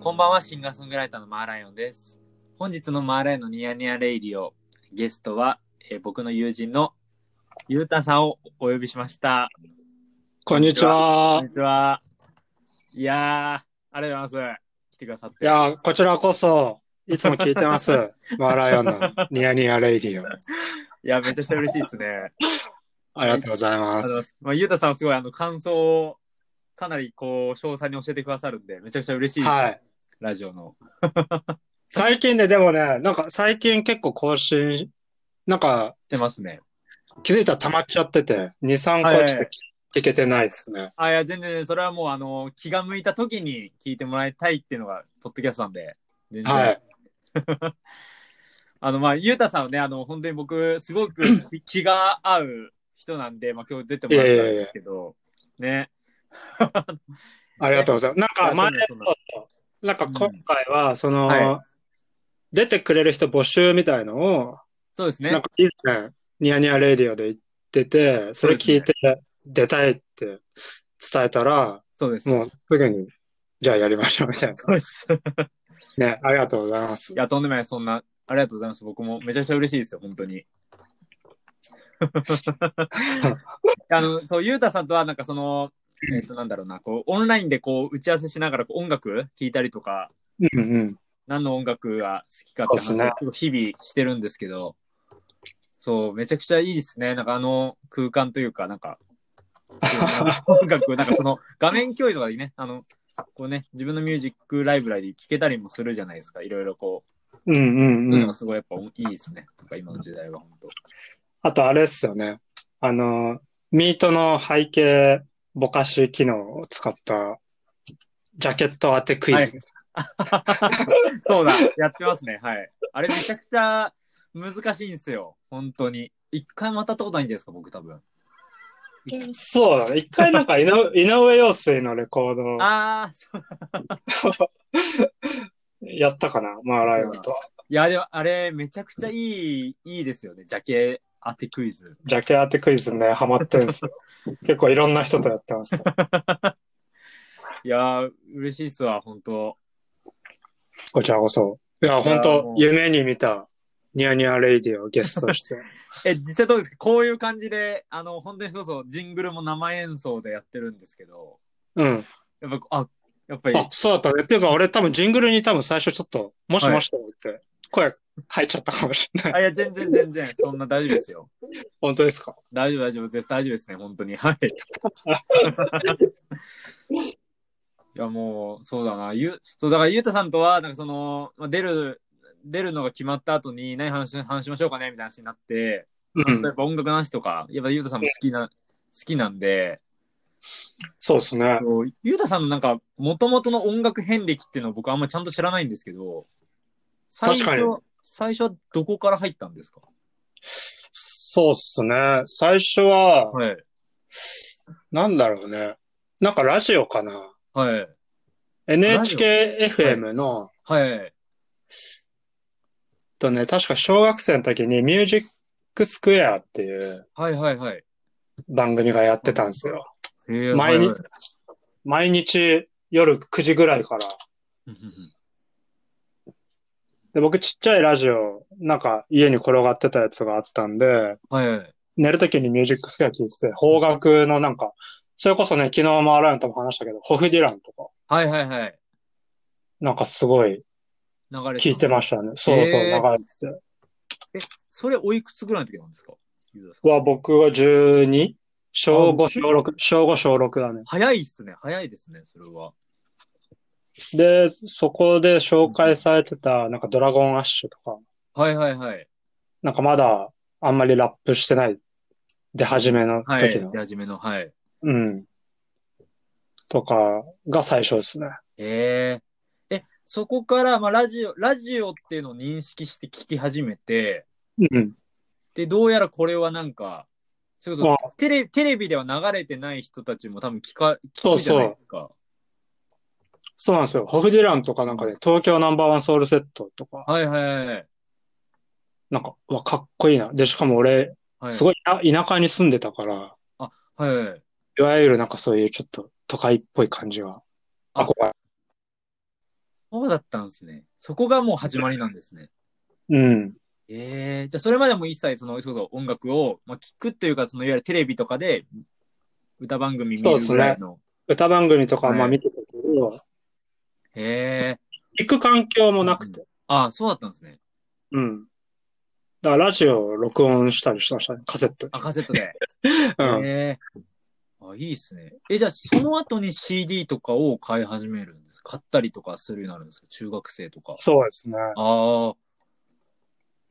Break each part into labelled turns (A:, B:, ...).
A: こんばんは、シンガーソングライターのマーライオンです。本日のマーライオンのニヤニヤレイディオ、ゲストは、えー僕の友人のゆうたさんをお呼びしました。
B: こんにち
A: こ
B: は
A: ん。にちは。いやー、ありがとうございます。来てくださって。
B: いやー、こちらこそ、いつも聞いて ます。マーライオンのニヤニヤレイディオ。
A: いや、めちゃくちゃ嬉しいですね。
B: ありがとうござい
A: あの
B: ます。、
A: まあ、ゆうたさんはすごい、あの、感想を、かなり、こう、詳細に教えてくださるんで、めちゃくちゃ嬉しいです。
B: はい。
A: ラジオの。
B: 最近で、でもね、なんか最近結構更新、なんか
A: してますね。
B: 気づいたら溜まっちゃってて、2、3
A: はいは
B: 個
A: い
B: ちょっと聞けてないですね。
A: あ、いや、全然、それはもう、あの、気が向いた時に聞いてもらいたいっていうのが、ポッドキャストなんで、全然。
B: はい。
A: あの、まあ、ゆうたさんはね、あの、本当に僕、す ごく気気が合う人なんで、まあ、今日出てもらったんですけど、ね。
B: ありがとうございます。なんか前、
A: いやそんな
B: そうなんか
A: うん
B: 今回は、その、
A: は
B: 出てくれる人募集みたいのを、
A: そうです
B: な
A: ね
B: ん。か以前、ニヤニヤレディオで言ってて、それ聞いて出たいって伝えたら、
A: そうです。
B: もうすぐに、じゃあやりましょうみたい
A: そうです。
B: な。ね、ありがとうございます
A: い。や、とんでもない、そんな、ありがとうございます。僕もめちゃくちゃ嬉しいですよ、本当に。 あの、そう、ゆうたさんとは、なんかその、えっ、と、なんだろうな、こう、オンラインでこう、打ち合わせしながら、こう音楽聴いたりとか、
B: うんうん。
A: 何の音楽が好きかって
B: そう
A: 話
B: っすね
A: を日々してるんですけど、そう、めちゃくちゃいいですね。なんかあの空間というか、なんか、音楽、なんかその画面共有とかでね、あの、こうね、自分のミュージックライブラリー聴けたりもするじゃないですか。いろいろこ
B: うん
A: う、そう
B: うん
A: いう
B: う
A: の
B: ん
A: が。すごいやっぱいいですね。なんか今の時代は本当。
B: あとあれっすよね。あの、ミートの背景ぼかし機能を使った、ジャケット当てクイズ。
A: そうだ、やってますね。はい。あれめちゃくちゃ難しいんですよ。本当に。一回も当たったことないんじゃないですか、僕多分。
B: そうだね。一回なんか井上井上陽水のレコード
A: あー、そう。
B: やったかな、マーライオンと。
A: いや、でもあれめちゃくちゃいい、いいですよね。ジャケ当てクイズ。
B: ジャケ当てクイズね、ハマってんすよ。結構いろんな人とやってます。
A: いやー、嬉しいっすわ、本当
B: こちらこそ。いや、本
A: いやも
B: 当
A: う
B: 夢に見たニヤニヤレイディをゲストとして。
A: え、実際どうですかこういう感じで、あの、本当にそれこそジングルも生演奏でやってるんですけど、
B: うん。
A: やっぱ、あ、やっぱり、
B: あ、そうだったね。っていうか、俺多分ジングルに多分最初ちょっと、もしもしと思って、声入っちゃったかもしれない。
A: あ、いや、全然全然、そんな大丈夫ですよ。
B: 本当ですか
A: 大丈夫、大丈夫です。大丈夫ですね、本当に。はい。 いや、もう、そうだな。ゆ、そう、だから、ゆうたさんとは、なんかその、まあ、出る、出るのが決まった後に、何話し、話しましょうかねみたいな話になって、
B: う
A: や
B: ん。
A: っぱ音楽の話とか、やっぱゆうたさんも好きな、好きなんで、
B: そうですね。
A: そうゆうたさんのなんか、もともとの音楽遍歴っていうのを僕あんまちゃんと知らないんですけど、最初
B: 確かに
A: 最初はどこから入ったんですか
B: そうっすね。最初は、
A: はい。
B: なんだろうね。なんかラジオかな。
A: はい。
B: NHKFM の、
A: はい。
B: えっとね、確か小学生の時にミュージックスクエアっていう
A: はいはいはい。
B: 番組がやってたんですよ。
A: えー
B: 毎
A: はい
B: 日
A: はい、
B: 毎日夜9時ぐらいから。
A: うんうんうん
B: で、僕ちっちゃいラジオ、なんか家に転がってたやつがあったんで、
A: はいはい。
B: 寝る時にミュージックスクエア聞いてて、邦楽のなんか、それこそね、昨日もアライオンとも話したけど、ホフディランとか、
A: はいはいはい。
B: なんかすごい
A: 流れ
B: 聞いてま
A: し
B: したね。そうそう、流
A: へ
B: れ
A: ー
B: てて。
A: それおいくつぐらいの時なんですかゆうたさん
B: は、僕は 12? 小5、小6、小5、小6だね。
A: 早いっすね。早いですね、それは。
B: で、そこで紹介されてた、なんかドラゴンアッシュとか、
A: はいはいはい。
B: なんかまだあんまりラップしてない、出始めの
A: はい。
B: 時の、
A: 出始めの、はい。
B: うん。とかが最初ですね。
A: ええ。え、そこから、まあ、ラジオ、ラジオっていうのを認識して聞き始めて、
B: うん。
A: で、どうやらこれはなんか、それ
B: あ
A: こそテレテレビでは流れてない人たちも多分聞か、聞くじゃないですか。
B: そうなんですよ。ホフディランとかなんかね、東京ナンバーワンソウルセットとか、
A: はいはいはい。
B: なんか、うわ、かっこいいな。で、しかも俺、
A: はい。
B: すごい田田舎に住んでたから、
A: はいはい。
B: いわゆるなんかそういうちょっと都会っぽい感じが、
A: あ
B: 憧れ。
A: そうだったんですね。そこがもう始まりなんですね。
B: うん。
A: ええじゃあそれまでも一切その、それこそ音楽を、まあ、聞くっていうか、そのいわゆるテレビとかで歌番組見るぐらいの。
B: 歌番組とか
A: はい
B: まあ見てたけど、
A: へえ
B: 行く環境もなくて。
A: ああ、そうだったんですね。
B: うん。だからラジオを録音したりしてましたね、カセット。
A: あ、カセットで。
B: うん。
A: へえあ、いいっすね。え、じゃあその後に CD とかを買い始めるんです買ったりとかするようになるんですか中学生とか。
B: そうですね。
A: ああ。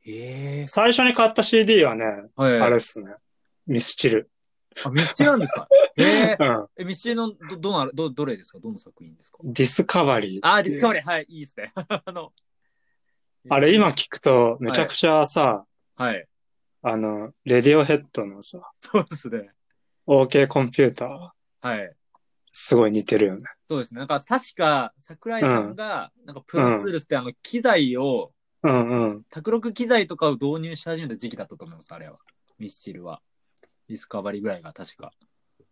A: ええ
B: 最初に買った CD はね、
A: はい。
B: あれですね。ミスチル。
A: あ、道なんですかええ
B: うん。
A: え、道のど、どの、ど、どれですかどの作品ですか
B: ディスカバリー。
A: あー、ディスカバリー、はい、いいですね。 あの、
B: あれ今聞くとめちゃくちゃさ、
A: はい。
B: あの、レディオヘッドのさ、
A: そうですね。
B: OK コンピューター、
A: はい。
B: すごい似てるよね。
A: そうですね。なんか、確か、桜井さんが、なんか、プロツールスって、あの、機材を、
B: うんうん。
A: 卓録機材とかを導入し始めた時期だったと思います、あれは。ミスチルは。ディスカバリーぐらいが、確か。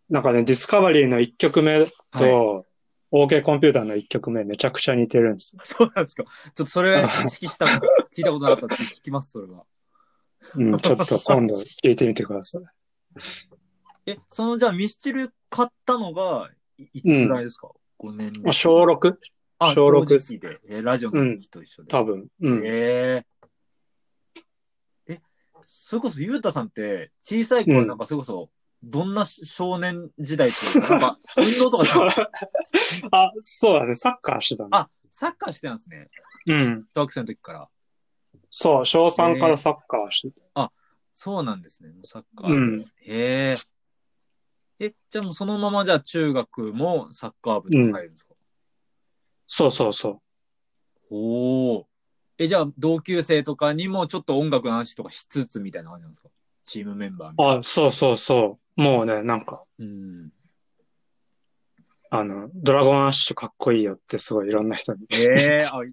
B: なんかね、ディスカバリーの1曲目
A: はい。
B: と、OK コンピューターの1曲目めちゃくちゃ似てるんです。
A: そうなんですか。ちょっとそれ、意識した の、聞いたことなかったんで、聞きます、それは。
B: うん、ちょっと今度聞いてみてください。
A: え、その、じゃあ、ミスチル買ったのが、いいつぐらいですか、?5 年
B: まあ小6?
A: あ
B: 小六
A: 同時期で。えラジオの時と一緒で。
B: 多分。うん。
A: ええ。え、それこそ、ゆうたさんって、小さい頃、
B: うん
A: なんか、それこそ、どんな少年時代っていうか、なんか、運動とかしなかった、
B: あ、そうだね。サッカーしてたね。
A: あ、サッカーしてたんですね。
B: うん。
A: 小学生の時から。
B: そう、小3からサッカーしてた。
A: そうなんですね、もうサッカー。
B: うん
A: へえ。え、じゃあもうそのままじゃあ中学もサッカー部に入るんですか、
B: そうそうそう。
A: おお。え、じゃあ同級生とかにもちょっと音楽の話とかしつつみたいな感じなんですかチームメンバーみたいな。
B: あ、そうそうそう。もうね、なんか、
A: うん。
B: あの、ドラゴンアッシュかっこいいよってすごいいろんな人に。
A: ええあ、い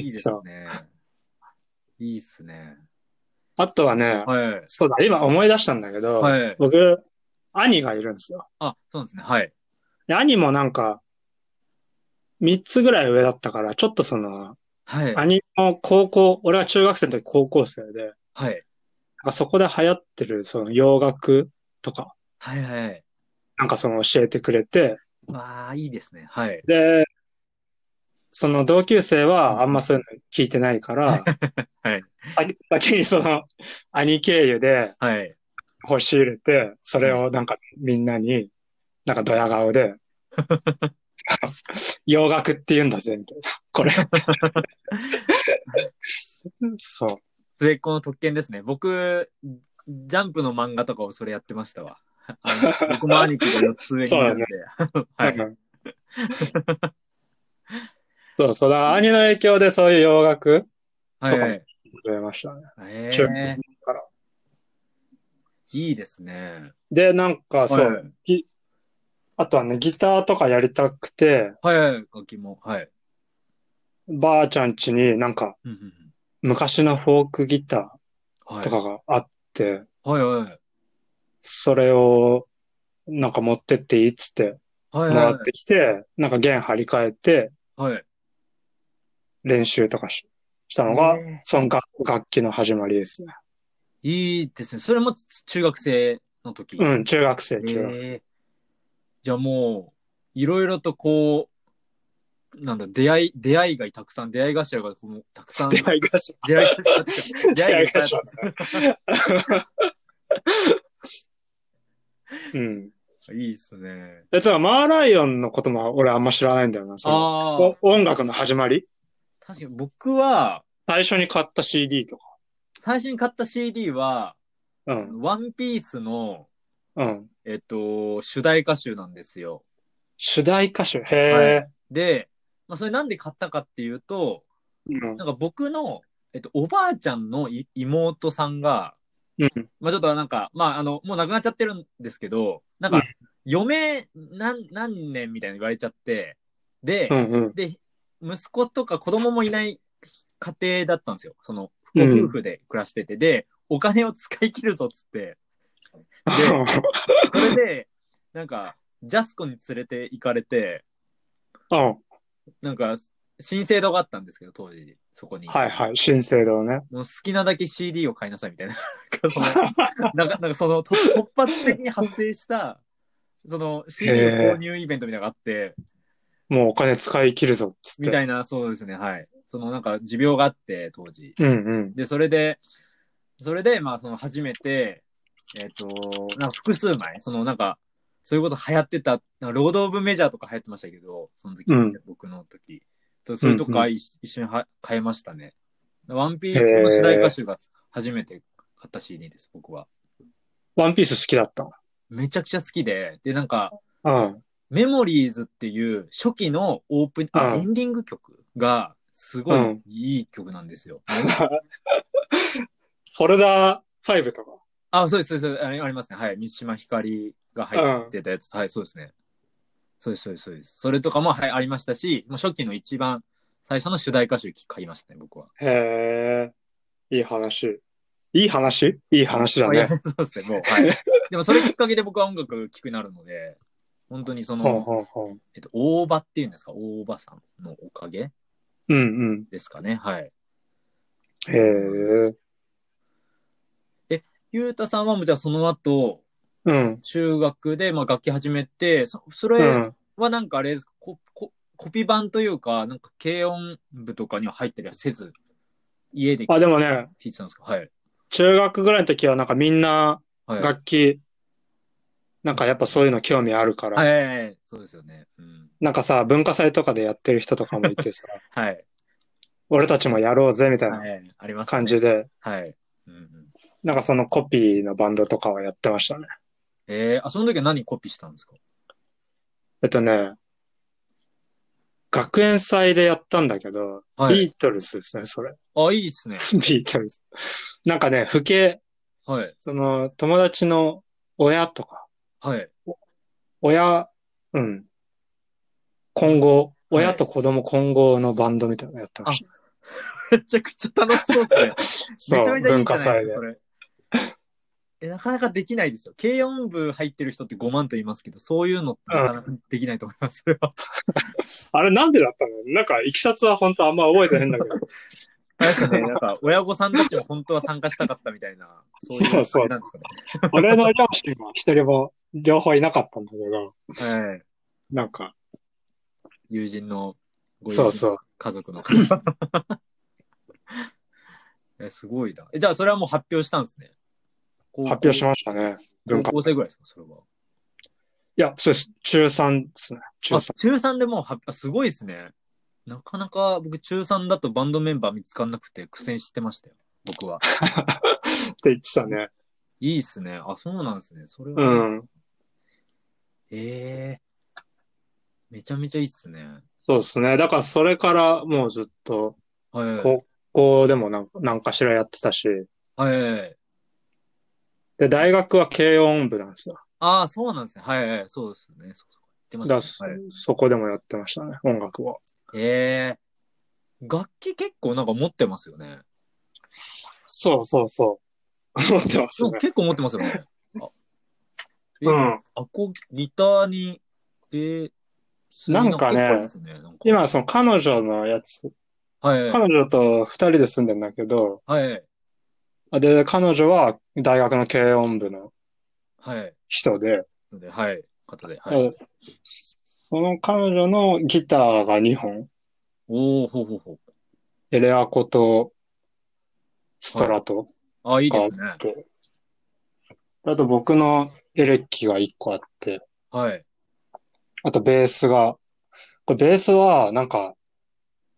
A: いですね。いいっすね。
B: あとはね、
A: はい。
B: そうだ、今思い出したんだけど、
A: はい。
B: 僕、兄がいるんですよ。
A: あ、そうなんですね。はい。
B: で、兄もなんか、3つぐらい上だったから、ちょっとその、
A: はい。
B: 兄も高校、俺は中学生の時高校生で、なん
A: はい。
B: かそこで流行ってるその洋楽とか、
A: はいはい。
B: なんかその教えてくれて、
A: わあ、いいですね。はい。
B: で、その同級生はあんまそういうの聞いてないから、
A: はい。
B: 先先にその兄経由で
A: はい。
B: 星入れて、それをなんかみんなに、なんかドヤ 顔で、洋楽って言うんだぜ、みたいな。これ。 そう。
A: それ、この特権ですね。僕、ジャンプの漫画とかをそれやってましたわ。あの僕も兄貴が4つ上になるんで。 はい。
B: うんそうそうだ。兄の影響でそういう洋楽
A: はいはい。
B: 増えましたね。
A: え
B: 中学
A: ー、
B: から。
A: いいですね。
B: で、なんかそう、
A: はい
B: あとはね、ギターとかやりたくて、
A: はいはい。楽器も。はい。
B: ばあちゃん家になんか
A: うんうん
B: 昔のフォークギタ
A: うんは
B: ー
A: い
B: とかがあって、
A: はいはい。
B: それをなんか持ってっていいっつって
A: はい
B: も
A: は
B: ら
A: い
B: ってきて、なんか弦張り替えて
A: はい。
B: 練習とかししたのが
A: ねえ、
B: その楽楽器の始まりですね。
A: いいですね。それも中学生の時。
B: う
A: え
B: ん、中学生、中学生。
A: ー、じゃあもう、いろいろとこう、なんだ、出会い、出会いがたくさん、出会い頭がこのたくさん。
B: 出会い頭。
A: 出会い頭。出会い頭。
B: うん。
A: いいっすね。
B: え、つまりマーライオンのことも俺あんま知らないんだよな。その
A: ああ
B: お、音楽の始まり
A: 確かに僕は、
B: 最初に買った CD とか。
A: 最初に買った CD は、
B: うん、
A: ワンピースの、
B: うん。
A: えっと、主題歌集なんですよ。
B: 主題歌手。へえ。
A: で、まあ、それなんで買ったかっていうと、
B: うん
A: なんか僕の、えっと、おばあちゃんのい妹さんが、
B: うん。
A: まあちょっとなんか、まああの、もう亡くなっちゃってるんですけど、なんか、余命何、何年みたいに言われちゃって、で、
B: うん。うん。
A: で、息子とか子供もいない家庭だったんですよ。その、
B: う
A: ご
B: ん
A: 夫婦で暮らしてて、で、お金を使い切るぞっつって、 それで、なんか、ジャスコに連れて行かれて、
B: うん。
A: なんか、新生堂があったんですけど、当時、そこに。
B: はいはい。新生堂ね。
A: もう好きなだけ CD を買いなさいみたいな。なんかその、なんかなんかその突突発的に発生した、その CD の購入イベントみたいなのがあって、
B: もうお金使い切るぞっつっ
A: み
B: て。
A: たいな、そうですね、はい。そのなんか持病があって、当時。
B: うんうん。
A: で、それで、それで、まあ、その初めて、えっ、と、なんか複数枚、そのなんか、それこそ流行ってた、なんかロード・オブ・メジャーとか流行ってましたけど、その時、
B: うん
A: 僕の時。とそれとかい、一緒には買いましたね。ワンピースの主題歌集が初めて買った CD です、僕は。
B: ワンピース好きだった。
A: めちゃくちゃ好きで、で、なんか、
B: うん。
A: メモリーズっていう初期のオープン、あ
B: うん
A: エンディング曲が、すご
B: う
A: い
B: ん
A: いい曲なんですよ。
B: フォルダー5とか。
A: あ、そうです、そうです。あれありますね。はい。三島ひかりが入ってたやつ。はい、そうですね。そうです、そうです、そうです。それとかも、はい、ありましたし、もう初期の一番最初の主題歌集買いましたね、僕は。
B: へえ。いい話。いい話いい話だ
A: あいや
B: ね。
A: そうですね、もう。 はい。でも、それきっかけで僕は音楽聴くなるので、本当にそ
B: ほう
A: の、
B: ほうほう。
A: えっと、大場っていうんですか、大場さんのおかげ
B: うん
A: ですかね。はい。
B: うん。へえ。
A: ゆうたさんは、もうじゃあその後、
B: うん。
A: 中学で、まあ、楽器始めて、そそうれ
B: ん。
A: はなんかあれですか、コココピ版というか、なんか軽音部とかには入ったりはせず、家で
B: あ、
A: 弾
B: でもね、
A: いてたんですかはい。
B: 中学ぐらいの時はなんかみんな
A: はい。
B: 楽器、なんかやっぱそういうの興味あるから、
A: はいはいはいそうですよね。うん。
B: なんかさ、文化祭とかでやってる人とかもいて さ、
A: はい。
B: 俺たちもやろうぜみたいな
A: はい。ありますね
B: 感じで、
A: はい。うんうん、
B: なんかそのコピーのバンドとかはやってましたね。
A: えー、あ、その時は何コピーしたんですか
B: えっとね、学園祭でやったんだけど、
A: はい。
B: ビートルズですね、それ。
A: あ、いいですね。
B: ビートルズ。なんかね、不景、
A: はい。
B: その友達の親とか、
A: はい。
B: 親、うん。今後、
A: はい
B: 親と子供今後のバンドみたいなのやってました。
A: めちゃくちゃ楽しそうですね。めちゃ
B: そう、
A: めちゃいい
B: 文
A: じゃ
B: 化
A: ない
B: 祭
A: ですか、
B: で
A: そ。れ。え、なかなかできないですよ。軽音部入ってる人って5万と言いますけど、そういうのってなかなかできないと思います。それは
B: あれなんでだったのなんか、いきさつは本当あんま覚えてへんだけど。
A: あれですかね、なんか、親御さんたちも本当は参加したかったみたいな、そういう
B: そうそう
A: 感じなんですかね。
B: 俺の両親は一人も、両方いなかったんだけど、
A: はい。
B: なんか、
A: 友人の、ご友人
B: そ
A: の
B: うそう。
A: 家族の方。 え、すごいな。え、じゃあ、それはもう発表したんですね。
B: 発表し
A: ま
B: ましたね。文化。い
A: 高校生ぐらいですか、それは。
B: や、そうです。中3ですね。中
A: あ
B: 3。
A: 中3でもう発表、あすごいですね。なかなか僕、中3だとバンドメンバー見つかんなくて苦戦してましたよ。僕は。
B: って言ってたね。
A: いいっすね。あ、そうなんですね。それは、
B: うん。
A: ええめちゃめちゃいいっすね。
B: そうですね。だから、それからもうずっと、
A: はい。
B: 高校でもなんなんかしらやってたし、
A: はい。
B: で、大学は軽音部なんですよ。
A: ああ、そうなんですね。はいはい、そうですね。そうそう。言
B: だ
A: っ
B: か
A: てました
B: らそ
A: ね。はい、
B: そこでもやってましたね。音楽を。
A: ええ楽器結構なんか持ってますよね。
B: そうそうそう。思 ってます
A: そう
B: ね。
A: 結構持ってますよ ね。あえ
B: うん。
A: アコギターに、えー、
B: なん
A: 結
B: かね
A: 構ありますよねなんか
B: 今、その彼女のやつ、
A: はいはい
B: 彼女と二人で住んでんだけど、
A: はい
B: で、彼女は大学の軽音部の
A: はい。
B: 人で、
A: ので、はい。方で、はい。
B: その彼女のギターが2本、
A: おおほうほうほう。
B: エレアコとストラト
A: ああ、いいですね。
B: と、あと僕のエレキが1個あって、
A: はい。
B: あとベースが、これベースはなんか、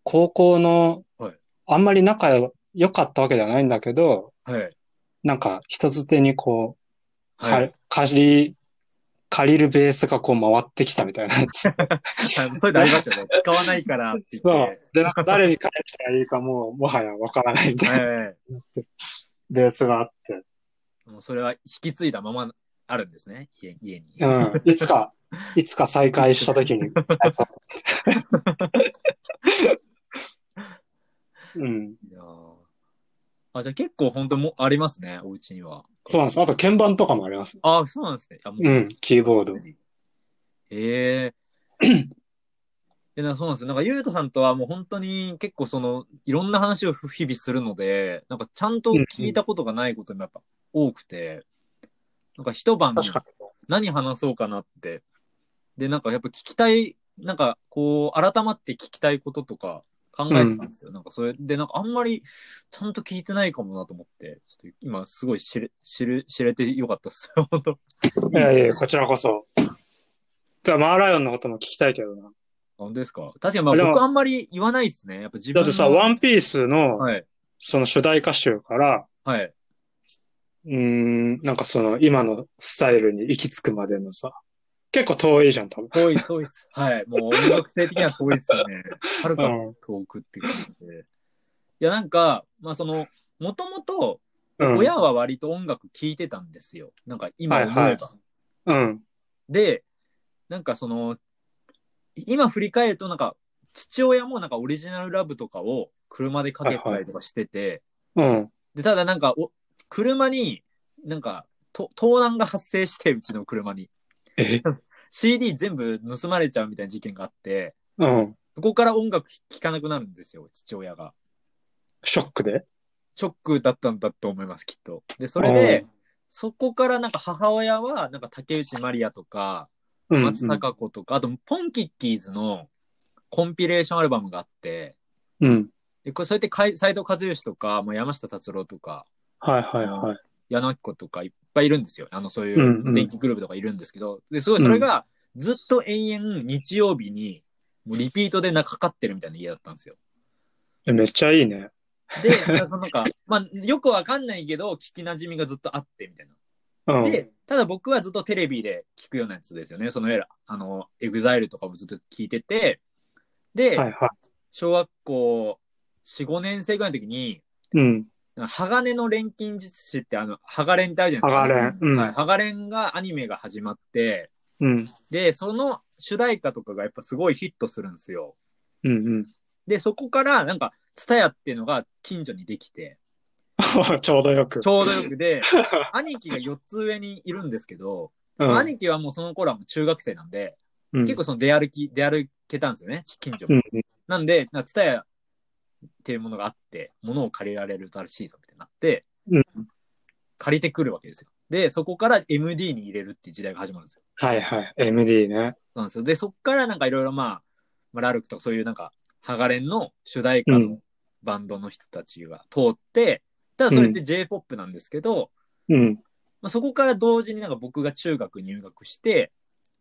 B: 高校の
A: はい、
B: あんまり仲良かったわけじゃないんだけど、
A: はい。
B: なんか人づてにこう、
A: は
B: 借
A: い。
B: り借り、借りるベースがこう回ってきたみたいなや つ。
A: あのそういうのあります よね。使わないからって言
B: そ
A: っ
B: う。で、なんか誰に返したらいいかもう、もはやわからないみ
A: て。
B: たいな
A: はい。
B: ベースがあって。
A: もうそれは引き継いだままあるんですね、家家に。
B: うん。いつか、いつか再会した時 に。うん。
A: いやーあ、じゃあ結構本当もありますね、お家には。
B: そうなんです。あと鍵盤とかもあります。
A: あそうなんですね。あも
B: うん、キーボード。
A: ええなんかそうなんですよ。なんか、ゆうたさんとはもう本当に結構その、いろんな話を日々するので、なんかちゃんと聞いたことがないこともやっぱ多くて、なんか一晩
B: 確かに。
A: 何話そうかなって。で、なんかやっぱ聞きたい、なんかこう、改まって聞きたいこととか考えてたんですよ。なんかそれで、なんかあんまりちゃんと聞いてないかもなと思って、ちょっと今すごい知れ、知る、知れてよかったっす。 本当
B: いやいや、こちらこそ。じゃあ、マーライオンのことも聞きたいけどな。
A: 本当ですか確かにまあ
B: でも
A: 僕あんまり言わないですね。やっぱ自分
B: だ
A: の
B: ってさ、ワンピースの、
A: はい。
B: その主題歌集から、
A: はい。
B: うーん、なんかその、今のスタイルに行き着くまでのさ、結構遠いじゃん、多分。
A: 遠い、遠いっす。はい。もう音楽性的には遠いっすよね。はるか遠くって感じで。いや、なんか、まあその、もともと
B: うん。
A: 親は割と音楽聴いてたんですよ。なんか今思えば。
B: はいはうん。
A: で、なんかその、今振り返るとなんか、父親もなんかオリジナルラブとかを車でかけてたりとかしてて、
B: うん。
A: で、ただなんかお、車に、なんか、と盗難が発生して、う ちの車に。
B: え
A: CD 全部盗まれちゃうみたいな事件があって、
B: うん。
A: そこから音楽聴かなくなるんですよ、父親が。
B: ショックで
A: ショックだったんだと思います、きっと。で、それで、そこからなんか母親は、なんか竹内まりやとか、
B: うん。
A: 松たか子とか、あと、ポンキッキーズのコンピレーションアルバムがあって、
B: うん。
A: でこれそうやってかい斉藤和義とか、もう山下達郎とか、
B: はいはいはい。
A: 矢野明子とかいっぱいいるんですよ。あの、そうい
B: うんう
A: う、
B: ん
A: 電気グループとかいるんですけど。で、すごい、それが、ずっと延々、日曜日に、もうリピートでなんかかかってるみたいな家だったんですよ。
B: えめっちゃいいね。
A: で、なんかなんか、まあ、よくわかんないけど、聞き馴染みがずっとあって、みたいな。
B: うん。
A: で、ただ僕はずっとテレビで聞くようなやつですよね。そのエラ、あの、エグザイルとかもずっと聞いてて、で、
B: はいは
A: 小学校4、5年生ぐらいの時に、
B: い。うん。
A: 鋼の錬金術師ってあの、ハガレンってあるじゃないですか。
B: 鋼うん
A: はい。ハガレンがアニメが始まって、
B: うん。
A: で、その主題歌とかがやっぱすごいヒットするんですよ。
B: うんうん。
A: で、そこからなんか、ツタヤっていうのが近所にできて、
B: ちょうどよく
A: ち。ょうどよく で、兄貴が4つ上にいるんですけど、
B: うん
A: 兄貴はもうその頃はもう中学生なんで、
B: うん
A: 結構その出歩き、出歩けたんですよね、近所も。
B: うん
A: なんで、ツタヤっていうものがあって、物を借りられるらしいぞみたいになって、
B: うん
A: 借りてくるわけですよ。で、そこから MD に入れるっていう時代が始まるんですよ。
B: はいはい。MD ね。
A: そうなんですよ。で、そこからなんかいろいろまあ、まあ、ラルクとかそういうなんか、ハガレンの主題歌
B: うん
A: のバンドの人たちが通って、ただそれって J-POP なんですけど、
B: うん。
A: まあ、そこから同時になんか僕が中学入学して、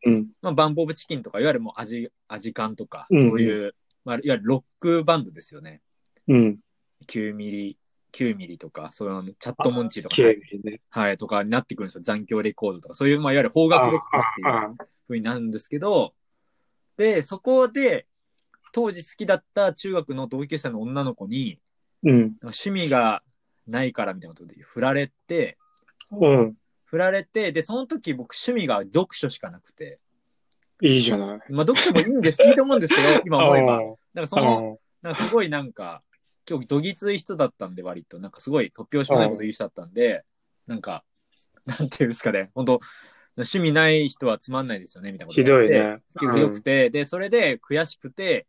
B: うん。
A: まあ、バンボブチキンとか、いわゆるもうアジ、アジカンとか、
B: う
A: そうん
B: うん
A: いう、まあ、いわゆるロックバンドですよね。
B: うん。
A: 9ミリ、9ミリとか、そういうあのチャットモンチーとか、
B: 警備ね。
A: はい、とかになってくるんですよ。残響レコードとか、そういう、まあ、いわゆる邦楽ロックっていう
B: あ
A: 風になるんですけど、で、そこで、当時好きだった中学の同級生の女の子に、
B: うん。
A: なんか趣味がないからみたいなことで振られて、
B: うん。
A: 振られて、で、その時僕趣味が読書しかなくて、
B: いいじゃない。
A: まあ読書もいいんです、いいと思うんですけ ど、今思えば。なんかその、
B: あ
A: なんかすごいなんか、今日どぎつい人だったんで、割と、なんかすごい突拍子もないこと言う人だったんで、なんか、なんていうんですかね、本当趣味ない人はつまんないですよね、みたいなこと
B: ひどいね
A: ひ
B: うん
A: どくて、で、それで悔しくて、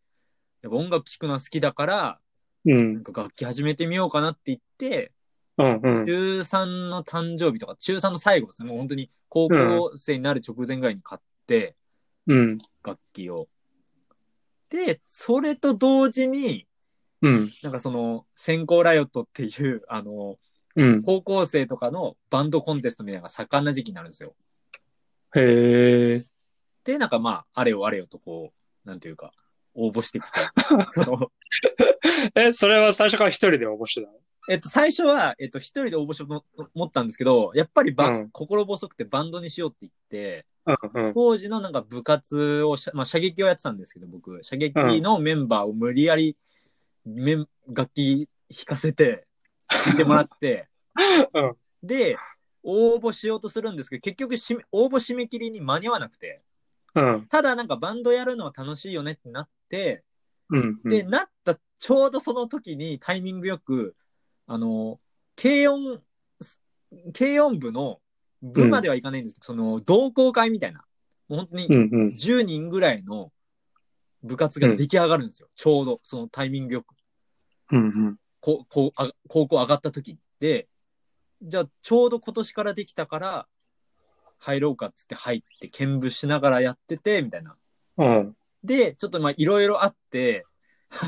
A: やっぱ音楽聴くのは好きだから、
B: うん
A: なん。か楽器始めてみようかなって言って、
B: うん。うん。
A: 中3の誕生日とか、中3の最後ですね、もう本当に高校生になる直前ぐらいに買って、
B: うん。
A: 楽器を。で、それと同時に、
B: うん。
A: なんかその、先行ライオットっていう、 あの、
B: うん。
A: 高校生とかのバンドコンテストみたいなのが盛んな時期になるんですよ。
B: へえ。
A: で、なんかまあ、あれよあれよとこう、なんていうか、応募していく と。その、
B: え、それは最初から一人で応募してたの
A: えっと、最初は、えっと、一人で応募しようと思ったんですけど、やっぱりば、
B: うん
A: 心細くてバンドにしようって言って、
B: うん。うん。
A: 当時のなんか部活をしゃ、まあ、射撃をやってたんですけど、僕、射撃のメンバーを無理やり、めん、楽器弾かせて、弾いてもらって、
B: うん
A: で、応募しようとするんですけど、結局しめ、応募締め切りに間に合わなくて、
B: うん。
A: ただなんかバンドやるのは楽しいよねってなって、
B: うん。
A: で、なったちょうどその時にタイミングよく、あの、軽音、軽音部の部まではいかないんですけど、その同好会みたいな、もう本当に
B: うんうん。
A: 10人ぐらいの部活が出来上がるんですよ。ちょうど、そのタイミングよく。
B: うんうん。
A: ここうあ高校上がった時にで、じゃあちょうど今年からできたから、入ろうかっつって入って、見舞しながらやってて、みたいな。
B: うん。
A: で、ちょっとまあいろいろあって、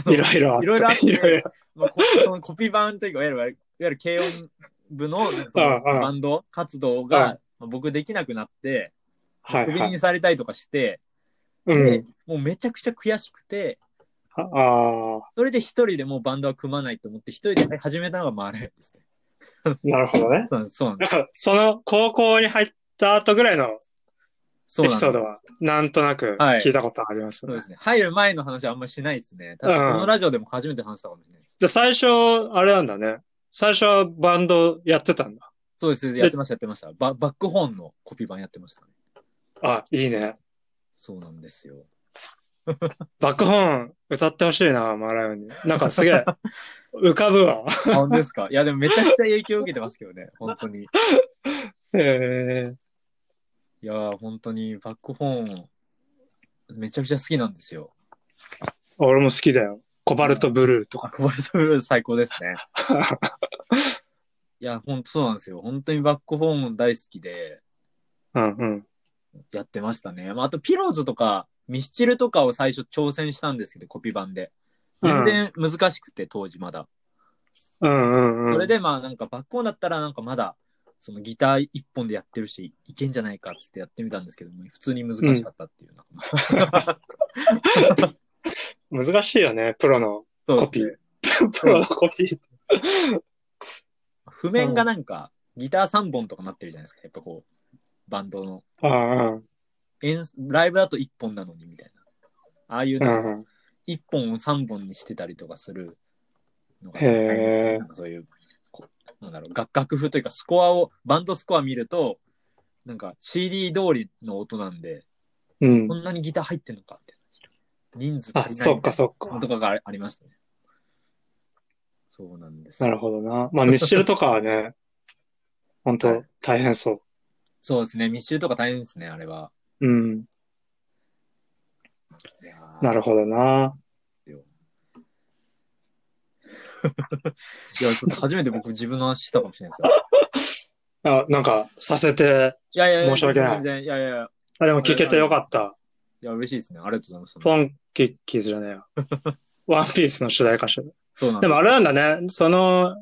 B: いろいろあっ。
A: いろいろあってて
B: いろいろ。
A: まあ、コ そのコピー版というか、いわゆる、いわゆる軽音部のその
B: うんうん
A: バンド活動
B: う
A: が、まあ僕できなくなって、
B: は
A: ク
B: い
A: ビ
B: はい。
A: にされたりとかして、
B: う
A: で
B: ん。
A: もうめちゃくちゃ悔しくて、
B: ああ
A: それで一人でもうバンドは組まないと思って、一人で始めたのが回れるんですね。
B: ー、なるほどね。
A: そうなんです。そうなんで
B: だ
A: す。
B: から、その高校に入った後ぐらいの
A: そうなん
B: エピ
A: です
B: ソードは、なんとなく
A: はい
B: 聞いたことあります
A: そう
B: ね。
A: ですね。入る前の話はあんまりしないですね。確かにこのラジオでも初めて話したかもしれないです。
B: で、最初、あれなんだね。最初はバンドやってたんだ。
A: そうです。やってました、やってました。ババックホーンのコピー版やってましたね。
B: あ、いいね。
A: そうなんですよ。
B: バックホーン歌ってほしいな、マラヨンに。なんか すげえ、浮かぶわ。
A: あ本当ですかいや、でもめちゃくちゃ影響を受けてますけどね。本当に。い
B: えー、
A: やー、本当にバックホーン、めちゃくちゃ好きなんですよ。
B: 俺も好きだよ。コバルトブルーとか。
A: あ、コバルトブルー最高です ね。いや、本当そうなんですよ。本当にバックホーン大好きで
B: うんうん。
A: やってましたね。まあ、あと、ピローズとか、ミスチルとかを最初挑戦したんですけど、コピー版で。全然難しくて、当時まだ。
B: うんうんうん。
A: それでまあなんかバックホーンだったらなんかまだそのギター一本でやってるしいけんじゃないかっつってやってみたんですけども普通に難しかったっていう、なんか
B: 難しいよね、プロの
A: そう
B: コピー。 プロのコピー。
A: 譜面がなんかギター3本とかなってるじゃないですかやっぱこうバンドの
B: ああ、
A: 演ライブだと1本なのにみたいなああいう
B: う
A: なん
B: ん
A: か
B: うん。
A: 1本を3本にしてたりとかするのが
B: へー
A: 大変ですねなんかそういうこうなんだろう楽楽譜というかスコアをバンドスコア見るとなんか CD 通りの音なんで
B: うん
A: こ。んなにギター入ってんのかって。人数足りないみたいな
B: あ、そっかそっか
A: と。かがあありましたね。そうなんです。
B: なるほどな。まあ、ミスチルとか はね、本当大変そ
A: そうですね。密集とか大変ですね、あれは。
B: う。うん。な
A: る
B: るほどな。
A: いや、ちょっと初めて僕自分の話したかもしれないですよ。
B: あ、なんか、させて、
A: いやいやや
B: 申し訳ない
A: 全然いやいやいや、
B: あ、でも聞けてよかった。
A: いや、嬉しいですね。ありがとうござい
B: フ
A: ます。
B: ォンキッキーズじゃ ねえよ。ワンピースの主題歌手。
A: そうなんです。
B: でもあれなんだね。その、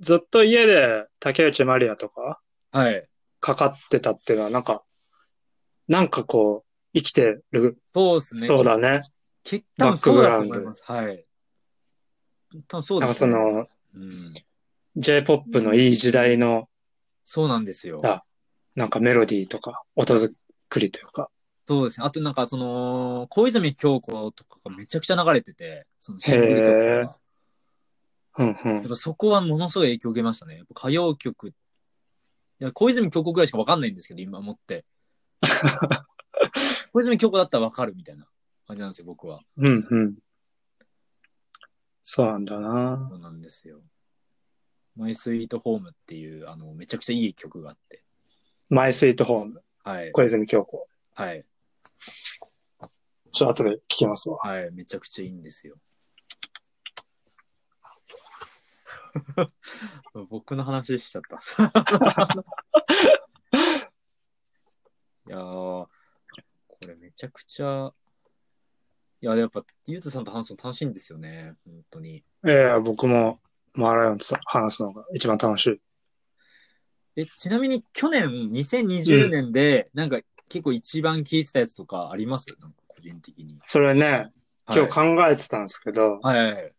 B: ずっと家で竹内まりやとか
A: はい。
B: かかってたっていうのは、なんか、なんかこう、生きてる。
A: そうですね。
B: そうだね。
A: 結多分そうだと思います。はい。多分そう
B: なん
A: で
B: か
A: す
B: そ
A: ね。
B: の、
A: うん。
B: J-POP のいい時代の、
A: そうなんですよ。
B: あなんかメロディーとか、音作りというか。
A: そうですね。あとなんか、その、小泉京子とかがめちゃくちゃ流れてて、その CD とかが
B: へー
A: や
B: うんうん
A: っ。ぱそこはものすごい影響を受けましたね。やっぱ歌謡曲。いや、小泉京子ぐらいしかわかんないんですけど、今思 って。小泉京子だったらわかるみたいな感じなんですよ、僕は。
B: うんうん。そうなんだな。
A: そうなんですよ。マイスイートホームっていう、あの、めちゃくちゃいい曲があって。
B: マイスイートホーム、
A: はい。
B: 小泉京子。
A: はい。
B: ちょっと後で聞きますわ。
A: はい。めちゃくちゃいいんですよ。 僕の話しちゃった。 いやー、これめちゃくちゃ、いや、やっぱ、ゆうとさんと話すの楽しいんですよね、本当に。
B: ええ僕もマーライオンと話すのが一番楽しい。
A: え、ちなみに去年、2020年で、なんか結構一番聞いてたやつとかありますなんか個人的に。
B: それね、
A: はい
B: 今日考えてたんですけど、
A: はいはい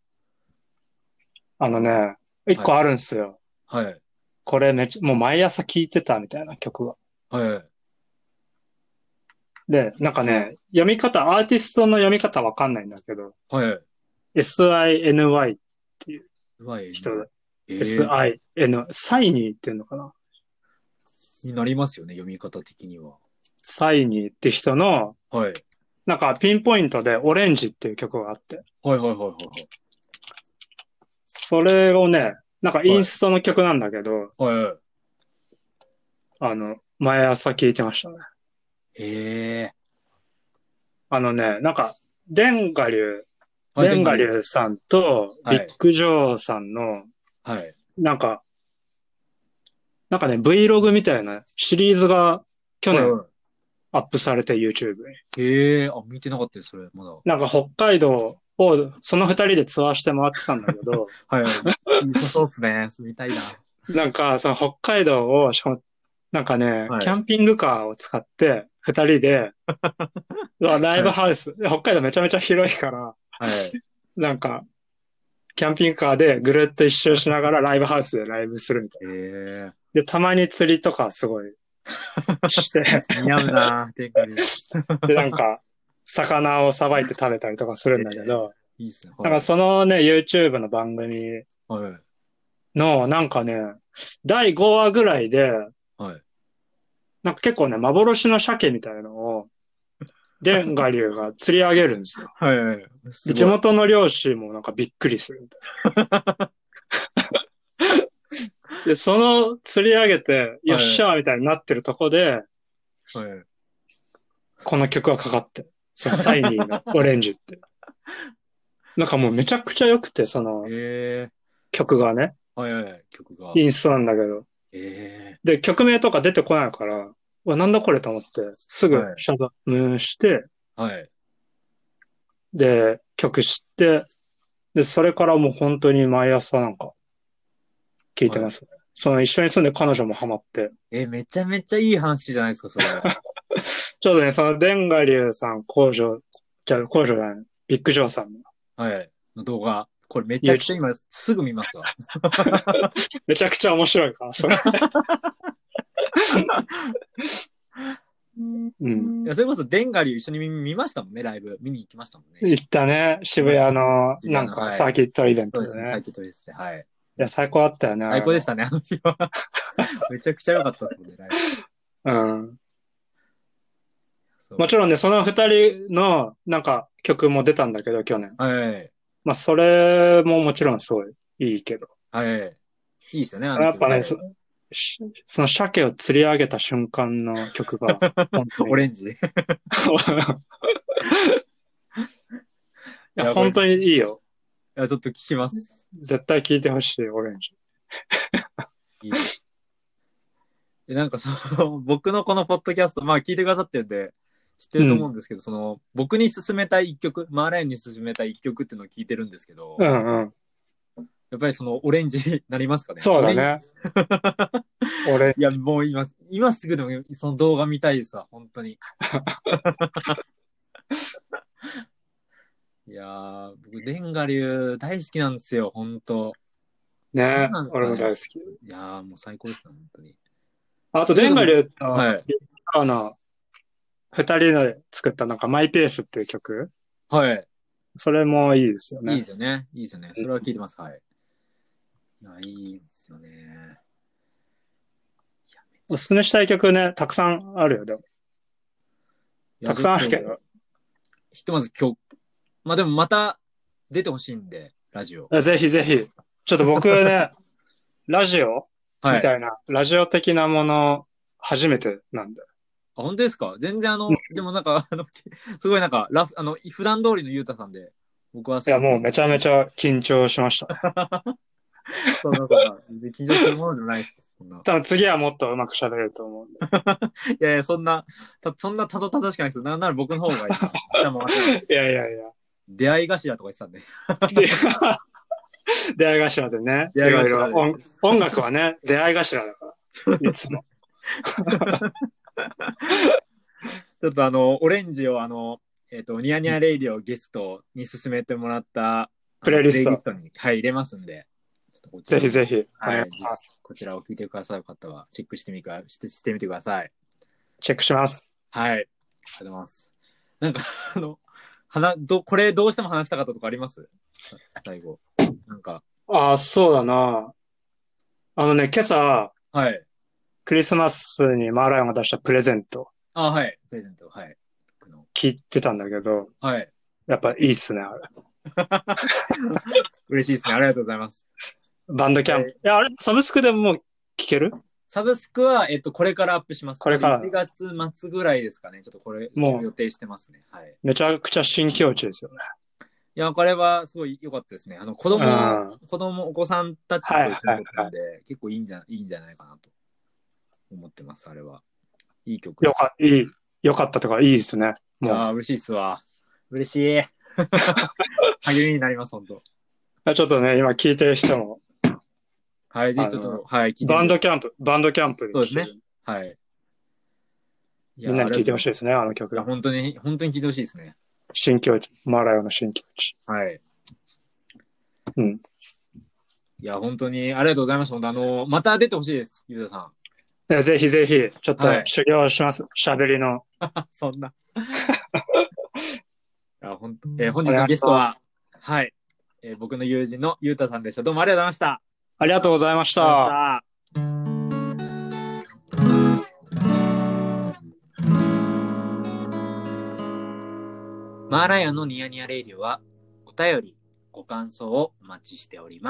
B: あのね、一個あるんですよ。
A: はい。
B: これめっちゃ、もう毎朝聴いてたみたいな曲が。
A: はいはい。
B: で、なんかね、読み方、アーティストの読み方わかんないんだけど、
A: はいはい。
B: SINY
A: うわ、ええ
B: 人で、
A: ええ
B: SIN、サイニーって言うのかな
A: になりますよね、読み方的には。
B: サイニーって人の、
A: はい。
B: なんかピンポイントでオレンジっていう曲があって、
A: はいはいはいはいはい。
B: それをね、なんかインストの曲なんだけど、
A: はいはい。
B: あの、毎朝聴いてましたね。
A: へえ。
B: あのね、なんか、デンガリュ
A: あ
B: ウ、デンガリュウさんと、
A: はい
B: ビッグジョーさんの、
A: はい。
B: なんか、なんかね、Vlog みたいなシリーズが去
A: はい
B: 年
A: は
B: アップされて YouTube に。
A: いへえ。あ、見てなかったよ、それ、まだ。は
B: なんか北海道をその二人でツアーして回ってたんだけ ど、
A: いはい。いいとそうっすね。住みたいな。
B: なんかその北海道を、しかも、なんかね、
A: はい
B: キャンピングカーを使って二 人で、うわライブハウス、北海道めちゃめちゃ広いから、
A: はい。
B: なんか、キャンピングカーでぐるっと一周しながらライブハウスでライブするみたい
A: へ
B: な。で、たまに釣りとかすごい して、
A: え。似合うな、天下に。
B: で、なんか、魚をさばいて食べたりとかするんだけど、
A: いいっすね。
B: なんかそのね、YouTube の番組
A: はい。
B: の、なんかね、第5話ぐらいで、
A: はい
B: なんか結構ね、幻の鮭みたいなのを、デンガリュウが釣り上げるんですよ。
A: はいはいはい。
B: で地元の漁師もなんかびっくりするみたいな。で、その釣り上げて、よっしゃーみたいになってるとこで、
A: すごいはい
B: この曲がかかって、そのサイニーのオレンジって。なんかもうめちゃくちゃ良くて、その
A: へえ。
B: 曲がね、
A: はいはいはい。曲が。
B: イ
A: へ
B: ンストなんだけど。
A: え。
B: で、曲名とか出てこないから、うわ、なんだこれと思って、すぐ
A: はい
B: シャドムして、
A: はい。
B: で、曲知って、で、それからもう本当に毎朝なんか、聞いてますね。その一緒に住んで彼女もハマって。
A: え、めちゃめちゃいい話じゃないですか、 それ。は
B: ちょうどね、そのデンガリュウさん、工場、じゃあ工場じゃない、ビッグジョーさんの。
A: い。の動画。これめちゃくちゃ今すぐ見ますわ。
B: めちゃくちゃ面白いか ら、それ。うん。
A: いや、それこそデンガリュー一緒に見見ましたもんね、ライブ。見に行きましたもんね。
B: 行ったね、渋谷の、
A: 渋谷の
B: なん
A: は
B: か
A: い
B: サーキットイベン
A: そう
B: トで
A: ですね、
B: ね。
A: サ
B: い
A: イキットですね。はい。
B: や、最高だったよね。
A: 最高でしたね、あの日は。 めちゃくちゃ良かったですもんね、ライブ。
B: うん。
A: そう
B: もちろんね、その二人の、なんか、曲も出たんだけど、去年。
A: はい。
B: まあ、それももちろんすごいいいけど。
A: はい。いいですよね、あの
B: やっぱね、
A: 曲
B: そしその鮭を釣り上げた瞬間の曲 が、本当に
A: オレンジ。
B: いや、本当にいいよ。
A: いや、ちょっと聞きます。
B: 絶対聴いてほしい、オレンジ。
A: いいでなんかその、 僕のこのポッドキャスト、まあ聞いてくださってるんで、知ってると思うんですけど、その、僕に勧めたい一曲、マーライオンに勧めたい一曲っていうのを聞いてるんですけど、
B: う
A: や
B: んうん。
A: っぱりその、オレンジ になりますかね。
B: そうだ
A: オレンジ。
B: ね。 オレン
A: いや、もう今、今すぐでも、その動画見たいですわ、本当に。 いやー、僕、レンガ流大好きなんですよ、本当
B: ジ。ね
A: なん。ですね
B: 俺も大好き。
A: いやー、もう最高ですね、本当に。
B: あと、デンガリュウと、
A: はい。
B: あの、二人で作ったなんか、マイペースっていう曲。
A: はい。
B: それもいいですよね。
A: いいですよね。いいですよね。それは聞いてます。はい。いや、いいですよね。いやめっち
B: おすすめしたい曲ね、たくさんあるよ、でも。
A: ゃ
B: たくさんあるけ。ど。
A: ひとまず今日、まあでもまた出てほしいんで、ラジオ。
B: ぜひぜひ。ちょっと僕 ね、ラジオ
A: は
B: み
A: い。あ、
B: たいな、ラジオ的なもの、初めてなんだよ。
A: 本当ですか全然あの
B: うん、
A: でもなんか、あの、 すごいなんか、ラフ、あの、普段通りのゆうたさんで、僕はす
B: い
A: ご
B: や、
A: く
B: もうめちゃめちゃ緊張しました。
A: そうそうそう全然緊張するものじゃないです。そんな
B: 多分次はもっとうまく喋れると思うんで。
A: いやいや、そんな、たそんなたどたどしくないです。なんなら僕の方がいい。下も
B: いやいやいや。
A: 出会い頭とか言ってたんで。
B: で 出会い頭でね。
A: 出会い頭で
B: いろいろ音音楽はね、出会い頭だから。いつも。
A: ちょっとあの、オレンジをあの、えっ、と、ニヤニヤレイディオゲストに進めてもらった、
B: プレイリスト
A: あのに、はい、入れますんで。ちょっとこちら
B: ぜひぜひ、お
A: は
B: 願
A: い
B: いします。、
A: こちらを聞いてくださる方は、チェックしてみか、して、してみてください。
B: チェックします。
A: はい。ありがとうございます。なんか、あの、話、ど、これどうしても話したかったとかあります最後。なんか、
B: ああ、そうだな。あのね、今朝、
A: はい。
B: クリスマスにマーライオンが出したプレゼント
A: あ、はい。プレゼント、はい。僕の
B: 聞いてたんだけど、
A: はい。
B: やっぱいいっすね、あれ。
A: 嬉しいですね。ありがとうございます。
B: バンドキャンプ。いや、あれ、サブスクでもう聞ける
A: サブスクは、えっと、これからアップします。
B: これから
A: 1月末ぐらいですかね。ちょっとこれ、
B: もう
A: 予定してますね。はい。
B: めちゃくちゃ新境地ですよね。
A: いや、これはすごい良かったですね。あの、子供、
B: うん
A: 子供、お子さんたちと一緒に撮ったんで、結構いいんじゃ、いいんじゃないかなと思ってます、あれは。いい曲で
B: よ
A: す。
B: か、いい、よかったとか、いいですね。
A: い
B: もう
A: やー嬉しいっすわ。嬉し い。励みになります、本当。
B: いや、ちょっとね、今聞いてる人 も、
A: はい、ぜひちょっ
B: あ
A: と、はい、聞いてみて
B: バンドキャンプ、バンドキャンプで聞いて
A: そうですはい。い
B: みんなに聞いてほ
A: しい
B: しいですね、あの曲
A: や。本当に、本当に聞いてほしいですね。
B: 新境地、マラヨの新境地。
A: はい。
B: うん。
A: いや、本当に、ありがとうございました。本当あの、また出てほしいです、ゆうたさん。
B: いやぜひぜひ、ちょっと
A: はい
B: 修行します。喋、りの。
A: そ んな。いや本当えー本日のゲストは、はい、えー僕の友人のゆうたさんでした。どうもありがとうございま
B: ありがとうございまし。
A: した。ありがとうございましたたマーライオンのニヤニヤレイディオは、お便り、ご感想をお待ちしております。